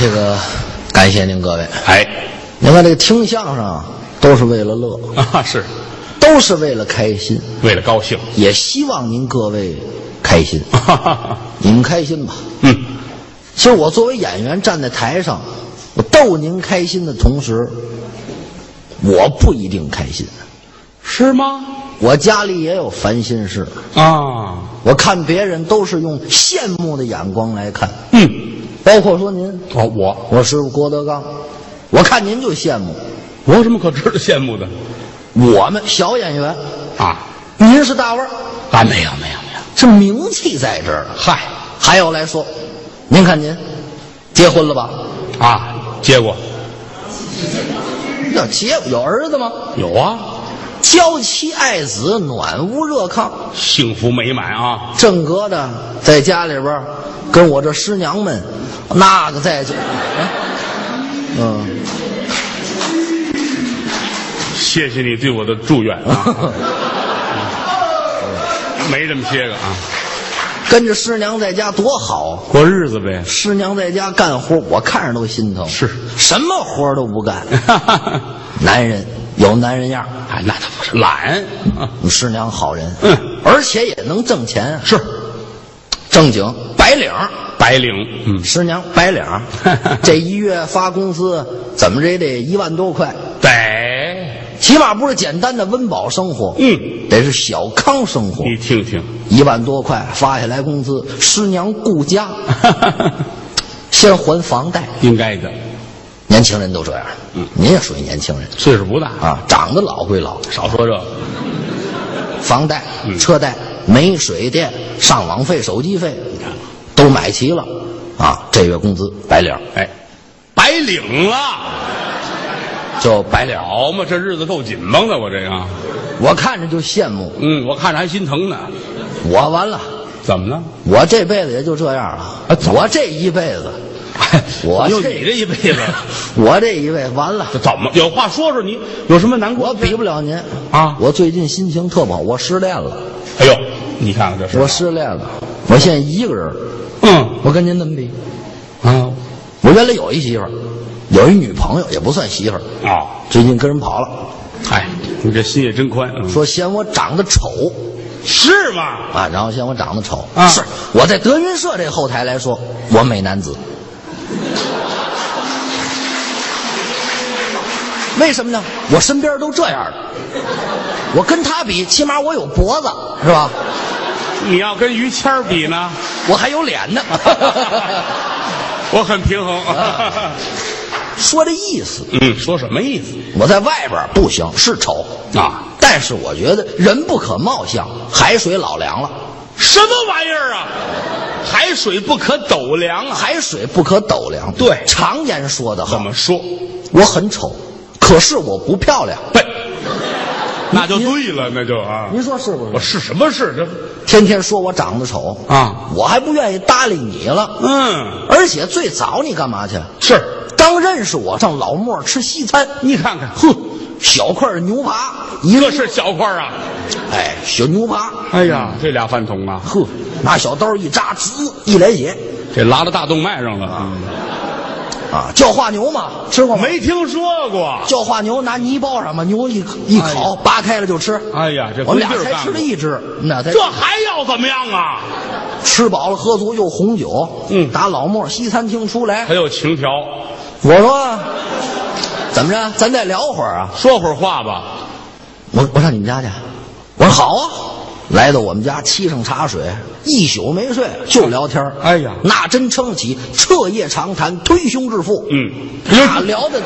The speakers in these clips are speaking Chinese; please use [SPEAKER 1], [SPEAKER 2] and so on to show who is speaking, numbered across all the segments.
[SPEAKER 1] 这个感谢您各位。
[SPEAKER 2] 哎，
[SPEAKER 1] 您看这个听相声啊都是为了乐，
[SPEAKER 2] 啊，是
[SPEAKER 1] 都是为了开心，
[SPEAKER 2] 为了高 兴。
[SPEAKER 1] 也希望您各位开心，你们开心吧。
[SPEAKER 2] 嗯，
[SPEAKER 1] 其实我作为演员站在台上，我逗您开心的同时，我不一定开心。
[SPEAKER 2] 是吗？
[SPEAKER 1] 我家里也有烦心事，
[SPEAKER 2] 啊，
[SPEAKER 1] 我看别人都是用羡慕的眼光来看，
[SPEAKER 2] 嗯，
[SPEAKER 1] 包括说您，
[SPEAKER 2] 哦，我
[SPEAKER 1] 我师傅郭德纲，我看您就羡慕。
[SPEAKER 2] 我有什么可值得羡慕的？
[SPEAKER 1] 我们小演员，
[SPEAKER 2] 啊
[SPEAKER 1] 您是大腕儿，
[SPEAKER 2] 啊，没有没有没有。
[SPEAKER 1] 这名气在这儿呢。
[SPEAKER 2] 嗨，
[SPEAKER 1] 还有来说，您看您结婚了吧？
[SPEAKER 2] 啊，结果
[SPEAKER 1] 要结有儿子吗？
[SPEAKER 2] 有啊，
[SPEAKER 1] 娇妻爱子，暖屋热炕，
[SPEAKER 2] 幸福美满啊。
[SPEAKER 1] 正格的在家里边儿跟我这师娘们，那个在这，啊嗯，
[SPEAKER 2] 谢谢你对我的祝愿 啊，没这么些个啊，
[SPEAKER 1] 跟着师娘在家多好啊！
[SPEAKER 2] 过日子 呗。
[SPEAKER 1] 师娘在家干活，我看着都心疼。
[SPEAKER 2] 是
[SPEAKER 1] 什么活儿都不干，
[SPEAKER 2] 啊，
[SPEAKER 1] 男人有男人样儿，
[SPEAKER 2] 那他不是懒啊，
[SPEAKER 1] 师娘好人，
[SPEAKER 2] 嗯，
[SPEAKER 1] 而且也能挣钱，
[SPEAKER 2] 是
[SPEAKER 1] 正经白领儿。
[SPEAKER 2] 白领，嗯，
[SPEAKER 1] 师娘白领 儿，这一月发工资，怎么着也得一万多块，
[SPEAKER 2] 得，
[SPEAKER 1] 起码不是简单的温饱生活，
[SPEAKER 2] 嗯，
[SPEAKER 1] 得是小康生活。
[SPEAKER 2] 你听听，
[SPEAKER 1] 一万多块发下来工资，师娘顾家，先还房贷。
[SPEAKER 2] 应该的，
[SPEAKER 1] 年轻人都这样，
[SPEAKER 2] 嗯
[SPEAKER 1] 您也属于年轻人
[SPEAKER 2] 岁数不大啊，
[SPEAKER 1] 啊，长得老归老，
[SPEAKER 2] 少说这个。
[SPEAKER 1] 房贷、
[SPEAKER 2] 嗯
[SPEAKER 1] 车贷、煤、水电、上网费、手机费，都买齐了啊，这月工资白领儿
[SPEAKER 2] 哎，白领了，
[SPEAKER 1] 就白领儿，
[SPEAKER 2] 了嘛，这日子够紧绷的，我这个，
[SPEAKER 1] 我看着就羡慕，
[SPEAKER 2] 嗯，我看着还心疼呢。
[SPEAKER 1] 我完了。
[SPEAKER 2] 怎么了？
[SPEAKER 1] 我这辈子也就这样了。
[SPEAKER 2] 啊
[SPEAKER 1] 我这一辈子，
[SPEAKER 2] 哎
[SPEAKER 1] 我
[SPEAKER 2] 就
[SPEAKER 1] 这
[SPEAKER 2] 你这一辈子，
[SPEAKER 1] 我这一辈子完了，
[SPEAKER 2] 这怎么有话说说你有什么难过？
[SPEAKER 1] 我比不了您
[SPEAKER 2] 啊
[SPEAKER 1] 我最近心情特不好，我失恋了，
[SPEAKER 2] 哎呦，你看看这事，
[SPEAKER 1] 我失恋了，我现在一个人儿。
[SPEAKER 2] 嗯
[SPEAKER 1] 我跟您这么比，
[SPEAKER 2] 啊
[SPEAKER 1] 我原来有一媳妇儿，有一女朋友，也不算媳妇儿，
[SPEAKER 2] 啊，
[SPEAKER 1] 最近跟人跑了，
[SPEAKER 2] 嗨，你这心也真宽，嗯
[SPEAKER 1] 说嫌我长得丑
[SPEAKER 2] 是吗？
[SPEAKER 1] 啊，然后嫌我长得丑。
[SPEAKER 2] 啊
[SPEAKER 1] 是我在德云社这后台来说，我美男子。为什么呢？我身边都这样的，我跟他比，起码我有脖子，是吧？
[SPEAKER 2] 你要跟于谦儿比呢，
[SPEAKER 1] 我还有脸呢。
[SPEAKER 2] 我很平衡。
[SPEAKER 1] 啊说这意思，
[SPEAKER 2] 嗯，说什么意思
[SPEAKER 1] 我在外边不行，是丑，
[SPEAKER 2] 啊？
[SPEAKER 1] 但是我觉得人不可貌相，海水老凉了，
[SPEAKER 2] 什么玩意儿啊？海水不可斗量啊！
[SPEAKER 1] 海水不可斗量。
[SPEAKER 2] 对
[SPEAKER 1] 常言说得好
[SPEAKER 2] 怎，么说？
[SPEAKER 1] 我很丑，可是我不漂亮。
[SPEAKER 2] 笨，那就对了，那就啊。
[SPEAKER 1] 您说是不
[SPEAKER 2] 我
[SPEAKER 1] 是？
[SPEAKER 2] 是什么是这？
[SPEAKER 1] 天天说我长得丑
[SPEAKER 2] 啊，
[SPEAKER 1] 我还不愿意搭理你了。
[SPEAKER 2] 嗯，
[SPEAKER 1] 而且最早你干嘛去？
[SPEAKER 2] 是
[SPEAKER 1] 刚认识我上老莫吃西餐，
[SPEAKER 2] 你看看，
[SPEAKER 1] 哼，小块儿牛扒一
[SPEAKER 2] 这
[SPEAKER 1] 个，
[SPEAKER 2] 是小块儿啊！
[SPEAKER 1] 哎，小牛扒，
[SPEAKER 2] 哎呀，这俩饭桶啊，
[SPEAKER 1] 呵，拿小刀一扎，滋一来血，
[SPEAKER 2] 这拉到大动脉上了，嗯
[SPEAKER 1] 啊，叫化牛嘛，吃过吗？
[SPEAKER 2] 没听说过。
[SPEAKER 1] 叫化牛拿泥包上嘛，牛一一烤，扒开了就吃。
[SPEAKER 2] 哎呀，哎这
[SPEAKER 1] 我
[SPEAKER 2] 回
[SPEAKER 1] 们俩
[SPEAKER 2] 劲儿
[SPEAKER 1] 才
[SPEAKER 2] 干
[SPEAKER 1] 吃了
[SPEAKER 2] 了，
[SPEAKER 1] 一只，那才
[SPEAKER 2] 这还要怎么样啊？
[SPEAKER 1] 吃饱了喝足又红酒，
[SPEAKER 2] 嗯哎
[SPEAKER 1] 打老莫西餐厅出来，
[SPEAKER 2] 还有情调，
[SPEAKER 1] 我说怎么着，咱再聊会儿啊？
[SPEAKER 2] 说会儿话吧。
[SPEAKER 1] 我我上你们家去，我说好啊。来到我们家，沏上茶水，一宿没睡，就聊天儿
[SPEAKER 2] 哎呀
[SPEAKER 1] 那真撑得起，彻夜长谈，推胸置腹。
[SPEAKER 2] 嗯，
[SPEAKER 1] 那聊的，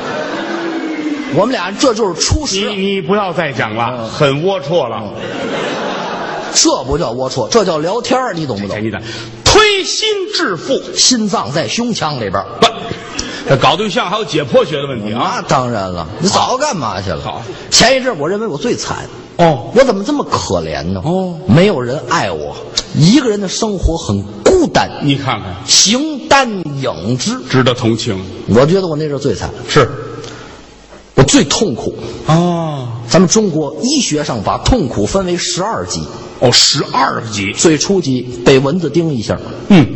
[SPEAKER 1] 我们俩这就是初
[SPEAKER 2] 你
[SPEAKER 1] 识，
[SPEAKER 2] 你不要再讲了，很龌龊了。
[SPEAKER 1] 这不叫龌龊，这叫聊天儿你懂不
[SPEAKER 2] 这
[SPEAKER 1] 懂？
[SPEAKER 2] 你的推心置腹，
[SPEAKER 1] 心脏在胸腔里边儿。
[SPEAKER 2] 不，这搞对象还有解剖学的问题啊。
[SPEAKER 1] 那当然了，你早干嘛去了？
[SPEAKER 2] 好
[SPEAKER 1] 前一阵我认为我最惨，
[SPEAKER 2] 哦，
[SPEAKER 1] 我怎么这么可怜呢？
[SPEAKER 2] 哦，
[SPEAKER 1] 没有人爱我，一个人的生活很孤单，
[SPEAKER 2] 你看看，
[SPEAKER 1] 形单影只。
[SPEAKER 2] 值得同情。
[SPEAKER 1] 我觉得我那阵儿最惨，
[SPEAKER 2] 是
[SPEAKER 1] 我最痛苦。
[SPEAKER 2] 哦，
[SPEAKER 1] 咱们中国医学上把痛苦分为十二级，
[SPEAKER 2] 哦，十二级，
[SPEAKER 1] 最初级被蚊子叮一下，
[SPEAKER 2] 嗯，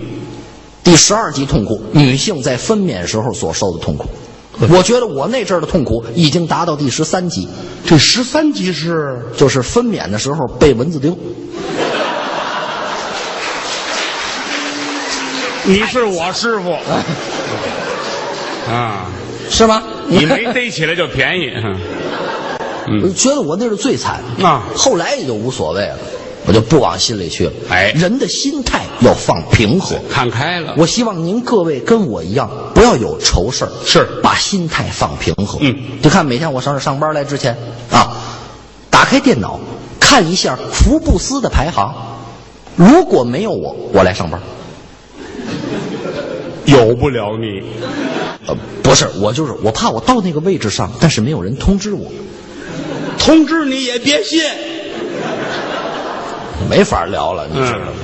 [SPEAKER 1] 第十二级痛苦，女性在分娩时候所受的痛苦。我觉得我那阵儿的痛苦已经达到第十三级，
[SPEAKER 2] 这十三集是
[SPEAKER 1] 就是分娩的时候被蚊子叮。
[SPEAKER 2] 你是我师傅 啊，
[SPEAKER 1] 是吗？
[SPEAKER 2] 你没逮起来就便 宜。
[SPEAKER 1] 我觉得我那是最惨
[SPEAKER 2] 嗯啊
[SPEAKER 1] 后来也就无所谓了，我就不往心里去了。
[SPEAKER 2] 哎
[SPEAKER 1] 人的心态要放平和。
[SPEAKER 2] 看开了，
[SPEAKER 1] 我希望您各位跟我一样，不要有愁事儿，
[SPEAKER 2] 是
[SPEAKER 1] 把心态放平和。
[SPEAKER 2] 嗯，
[SPEAKER 1] 就看每天我上这上班来之前啊，打开电脑看一下福布斯的排行，如果没有我，我来上班。
[SPEAKER 2] 有不了你。
[SPEAKER 1] 呃，不是，我就是我怕我到那个位置上，但是没有人通知我，
[SPEAKER 2] 通知你也别信。
[SPEAKER 1] 没法聊了，你知道吗？
[SPEAKER 2] 嗯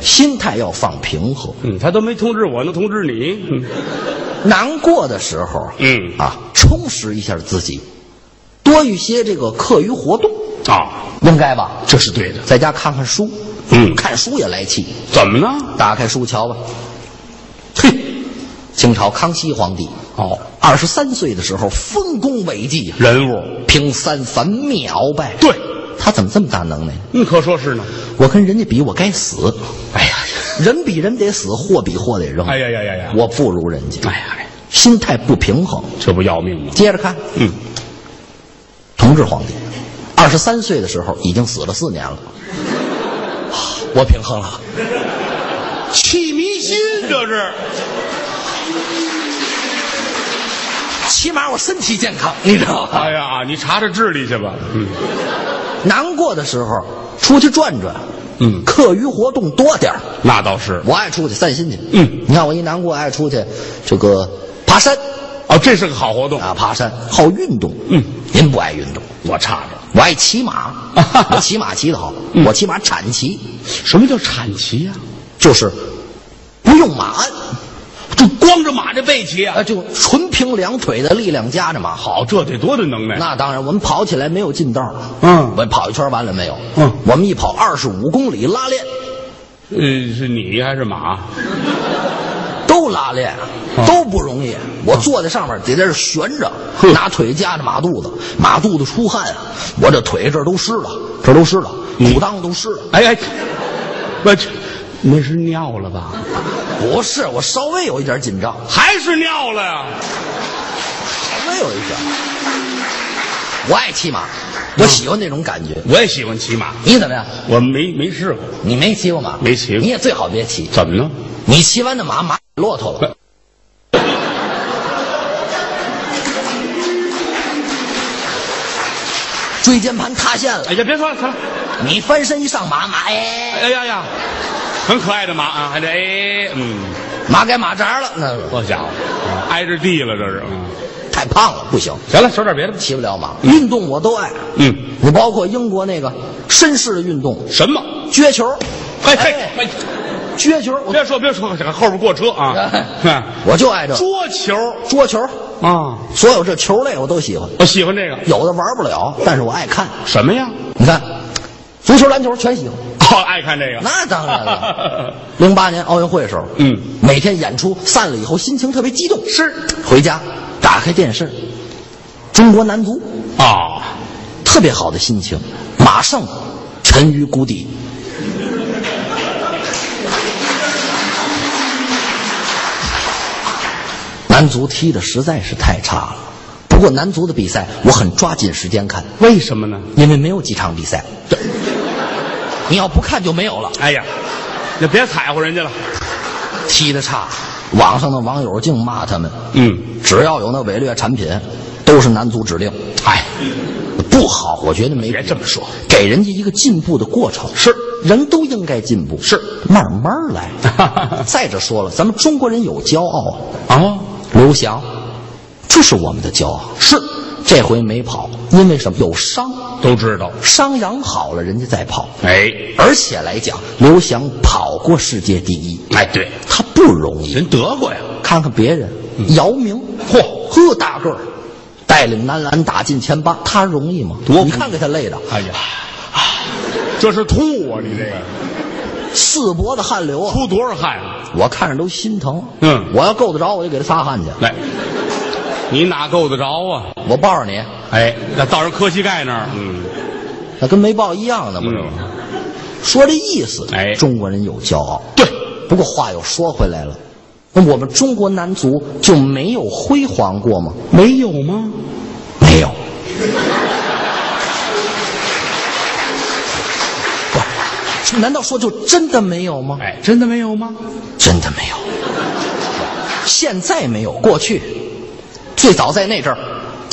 [SPEAKER 1] 心态要放平和。
[SPEAKER 2] 嗯，他都没通知我，能通知你？嗯
[SPEAKER 1] 难过的时候，
[SPEAKER 2] 嗯
[SPEAKER 1] 啊，充实一下自己，多一些这个课余活动，
[SPEAKER 2] 啊，
[SPEAKER 1] 应该吧？
[SPEAKER 2] 这是对的。
[SPEAKER 1] 在家看看书，
[SPEAKER 2] 嗯
[SPEAKER 1] 看书也来气，
[SPEAKER 2] 怎么呢？
[SPEAKER 1] 打开书瞧吧。嘿，清朝康熙皇帝啊
[SPEAKER 2] 哦，
[SPEAKER 1] 二十三岁的时候丰功伟绩呀，
[SPEAKER 2] 人物，
[SPEAKER 1] 平三藩灭鳌拜。
[SPEAKER 2] 对，
[SPEAKER 1] 他怎么这么大能耐呢？
[SPEAKER 2] 你可说是呢。
[SPEAKER 1] 我跟人家比，我该死。
[SPEAKER 2] 哎呀，
[SPEAKER 1] 人比人得死，货比货得扔。
[SPEAKER 2] 哎呀呀呀呀！
[SPEAKER 1] 我不如人家，
[SPEAKER 2] 哎呀，哎
[SPEAKER 1] 心态不平衡。
[SPEAKER 2] 这不要命吗？
[SPEAKER 1] 接着看，
[SPEAKER 2] 嗯，
[SPEAKER 1] 同治皇帝，二十三岁的时候已经死了四年了。 我平衡了，
[SPEAKER 2] 气迷心这是。
[SPEAKER 1] 起码我身体健康，你知道吧？
[SPEAKER 2] 哎呀，你查查智力去吧。嗯
[SPEAKER 1] 难过的时候出去转转，
[SPEAKER 2] 嗯，
[SPEAKER 1] 课余活动多点儿。
[SPEAKER 2] 那倒是。
[SPEAKER 1] 我爱出去散心去。
[SPEAKER 2] 嗯，
[SPEAKER 1] 你看我一难过爱出去，这个爬山
[SPEAKER 2] 哦，这是个好活动。
[SPEAKER 1] 啊，爬山好运动。
[SPEAKER 2] 嗯，
[SPEAKER 1] 您不爱运动，
[SPEAKER 2] 我差着。，
[SPEAKER 1] 我爱骑马 我骑马骑得好，
[SPEAKER 2] 嗯
[SPEAKER 1] 我骑马铲骑，
[SPEAKER 2] 什么叫啊产骑呀、
[SPEAKER 1] 就是不用马鞍，
[SPEAKER 2] 就光着马这背骑啊
[SPEAKER 1] 啊，就纯凭两腿的力量夹着马好。
[SPEAKER 2] 好，这得多大能耐？
[SPEAKER 1] 那当然，我们跑起来没有近道，
[SPEAKER 2] 嗯
[SPEAKER 1] 我跑一圈完了没有？
[SPEAKER 2] 嗯
[SPEAKER 1] 我们一跑二十五公里拉练，
[SPEAKER 2] 呃，是你还是马？
[SPEAKER 1] 都拉练啊
[SPEAKER 2] 嗯，
[SPEAKER 1] 都不容易。我坐在上面得在这悬着，
[SPEAKER 2] 呵
[SPEAKER 1] 拿腿夹着马肚子，马肚子出汗啊，我这腿这儿都湿了，这儿都湿了，
[SPEAKER 2] 嗯
[SPEAKER 1] 裤裆子都湿了。
[SPEAKER 2] 哎哎，我去，那是尿了吧？
[SPEAKER 1] 不是，我稍微有一点紧张，
[SPEAKER 2] 还是尿了呀？
[SPEAKER 1] 稍微有一点。我爱骑马，我喜欢那种感觉。
[SPEAKER 2] 我也喜欢骑马，
[SPEAKER 1] 你怎么样？
[SPEAKER 2] 我没没试过，
[SPEAKER 1] 你没骑过马？
[SPEAKER 2] 没骑过
[SPEAKER 1] 你也最好别骑。
[SPEAKER 2] 怎么呢？
[SPEAKER 1] 你骑完的马，马骆驼了。 椎间盘塌陷了，
[SPEAKER 2] 哎呀，别说了，行了，
[SPEAKER 1] 你翻身一上马，马哎，
[SPEAKER 2] 哎呀呀，很可爱的马啊，还得哎，嗯，
[SPEAKER 1] 马改马扎了，那
[SPEAKER 2] 多家伙，挨着地了这是。嗯
[SPEAKER 1] 太胖了，不行，
[SPEAKER 2] 行了，说点别的吧。
[SPEAKER 1] 骑不了马。运动我都爱，
[SPEAKER 2] 嗯，
[SPEAKER 1] 你包括英国那个绅士的运动，
[SPEAKER 2] 什么？
[SPEAKER 1] 撅球，
[SPEAKER 2] 哎哎，哎，
[SPEAKER 1] 撅球，我
[SPEAKER 2] 别说别说，后边过车 啊，嗯
[SPEAKER 1] 我就爱这
[SPEAKER 2] 桌球
[SPEAKER 1] 桌球，
[SPEAKER 2] 啊，
[SPEAKER 1] 所有这球类我都喜欢，
[SPEAKER 2] 我喜欢这个。
[SPEAKER 1] 有的玩不了，但是我爱看。
[SPEAKER 2] 什么呀？
[SPEAKER 1] 你看，足球、篮球全喜欢。
[SPEAKER 2] 哦，爱看这个。
[SPEAKER 1] 那当然了。 零八年奥运会的时候，
[SPEAKER 2] 嗯，
[SPEAKER 1] 每天演出散了以后，心情特别激动。
[SPEAKER 2] 是
[SPEAKER 1] 回家打开电视，中国男足，
[SPEAKER 2] 啊，
[SPEAKER 1] 特别好的心情，马上沉于谷底。 男足踢的实在是太差了，不过男足的比赛我很抓紧时间看，
[SPEAKER 2] 为什么呢？
[SPEAKER 1] 因为没有几场比赛，你要不看就没有了。
[SPEAKER 2] 哎呀，你别踩乎人家了。
[SPEAKER 1] 踢得差，网上的网友净骂他们。
[SPEAKER 2] 嗯，
[SPEAKER 1] 只要有那伪劣产品，都是男足指令。哎，不好，我觉得没必要
[SPEAKER 2] 别这么说，
[SPEAKER 1] 给人家一个进步的过程。
[SPEAKER 2] 是，
[SPEAKER 1] 人都应该进步，
[SPEAKER 2] 是
[SPEAKER 1] 慢慢来。 再者说了，咱们中国人有骄傲啊，
[SPEAKER 2] 哦，
[SPEAKER 1] 刘翔，这是我们的骄傲。是，这回没跑，因为什么？有伤，
[SPEAKER 2] 都知道。
[SPEAKER 1] 伤养好了，人家再跑。
[SPEAKER 2] 哎，
[SPEAKER 1] 而且来讲，刘翔跑过世界第一，
[SPEAKER 2] 哎，对，
[SPEAKER 1] 他不容易。
[SPEAKER 2] 人德国呀，
[SPEAKER 1] 看看别人，姚明，
[SPEAKER 2] 嗯
[SPEAKER 1] 嚯，呵大个儿，带领男篮打进前八，他容易吗？
[SPEAKER 2] 多不
[SPEAKER 1] 你看给他累的，
[SPEAKER 2] 哎呀，这是吐啊！你这个
[SPEAKER 1] 四脖子汗流啊！
[SPEAKER 2] 出多少汗啊？
[SPEAKER 1] 我看着都心疼。
[SPEAKER 2] 嗯
[SPEAKER 1] 我要够得着，我就给他擦汗去。
[SPEAKER 2] 来，你哪够得着啊？
[SPEAKER 1] 我抱着你，
[SPEAKER 2] 哎，那到人磕膝盖那儿，嗯，
[SPEAKER 1] 那跟没抱一样的，不是吗？说这意思，
[SPEAKER 2] 哎
[SPEAKER 1] 中国人有骄傲。
[SPEAKER 2] 对，
[SPEAKER 1] 不过话又说回来了，那我们中国男足就没有辉煌过吗？
[SPEAKER 2] 没有吗？
[SPEAKER 1] 没有。 不，难道说就真的没有吗？
[SPEAKER 2] 哎，真的没有吗？
[SPEAKER 1] 真的没有。现在没有，过去最早在那阵儿，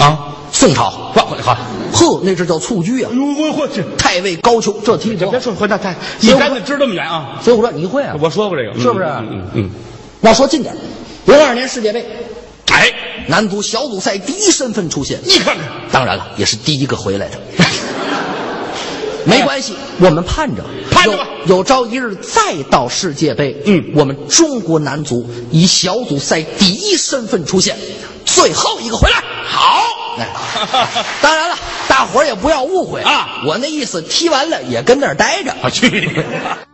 [SPEAKER 2] 啊，
[SPEAKER 1] 宋朝，
[SPEAKER 2] 换回好，
[SPEAKER 1] 呵，那阵儿叫蹴鞠啊，
[SPEAKER 2] 我哎我我去，
[SPEAKER 1] 太尉高俅这踢多好
[SPEAKER 2] 别。说回大太，你赶紧支这么远啊！
[SPEAKER 1] 所以我说你会啊，
[SPEAKER 2] 我说过这个，嗯
[SPEAKER 1] 是不是
[SPEAKER 2] 嗯嗯，
[SPEAKER 1] 要说近点儿，零二年世界杯，
[SPEAKER 2] 嗯哎，
[SPEAKER 1] 男足小组赛第一身份出现，
[SPEAKER 2] 你看看，
[SPEAKER 1] 当然了，也是第一个回来 的。没关系，我们盼着，
[SPEAKER 2] 盼着吧
[SPEAKER 1] 有有朝一日再到世界杯，
[SPEAKER 2] 嗯
[SPEAKER 1] 我们中国男足以小组赛第一身份出现，最后一个回来。
[SPEAKER 2] 好，
[SPEAKER 1] 哎，当然了，大伙儿也不要误会
[SPEAKER 2] 啊
[SPEAKER 1] 我那意思踢完了也跟那儿待着。
[SPEAKER 2] 我去你的！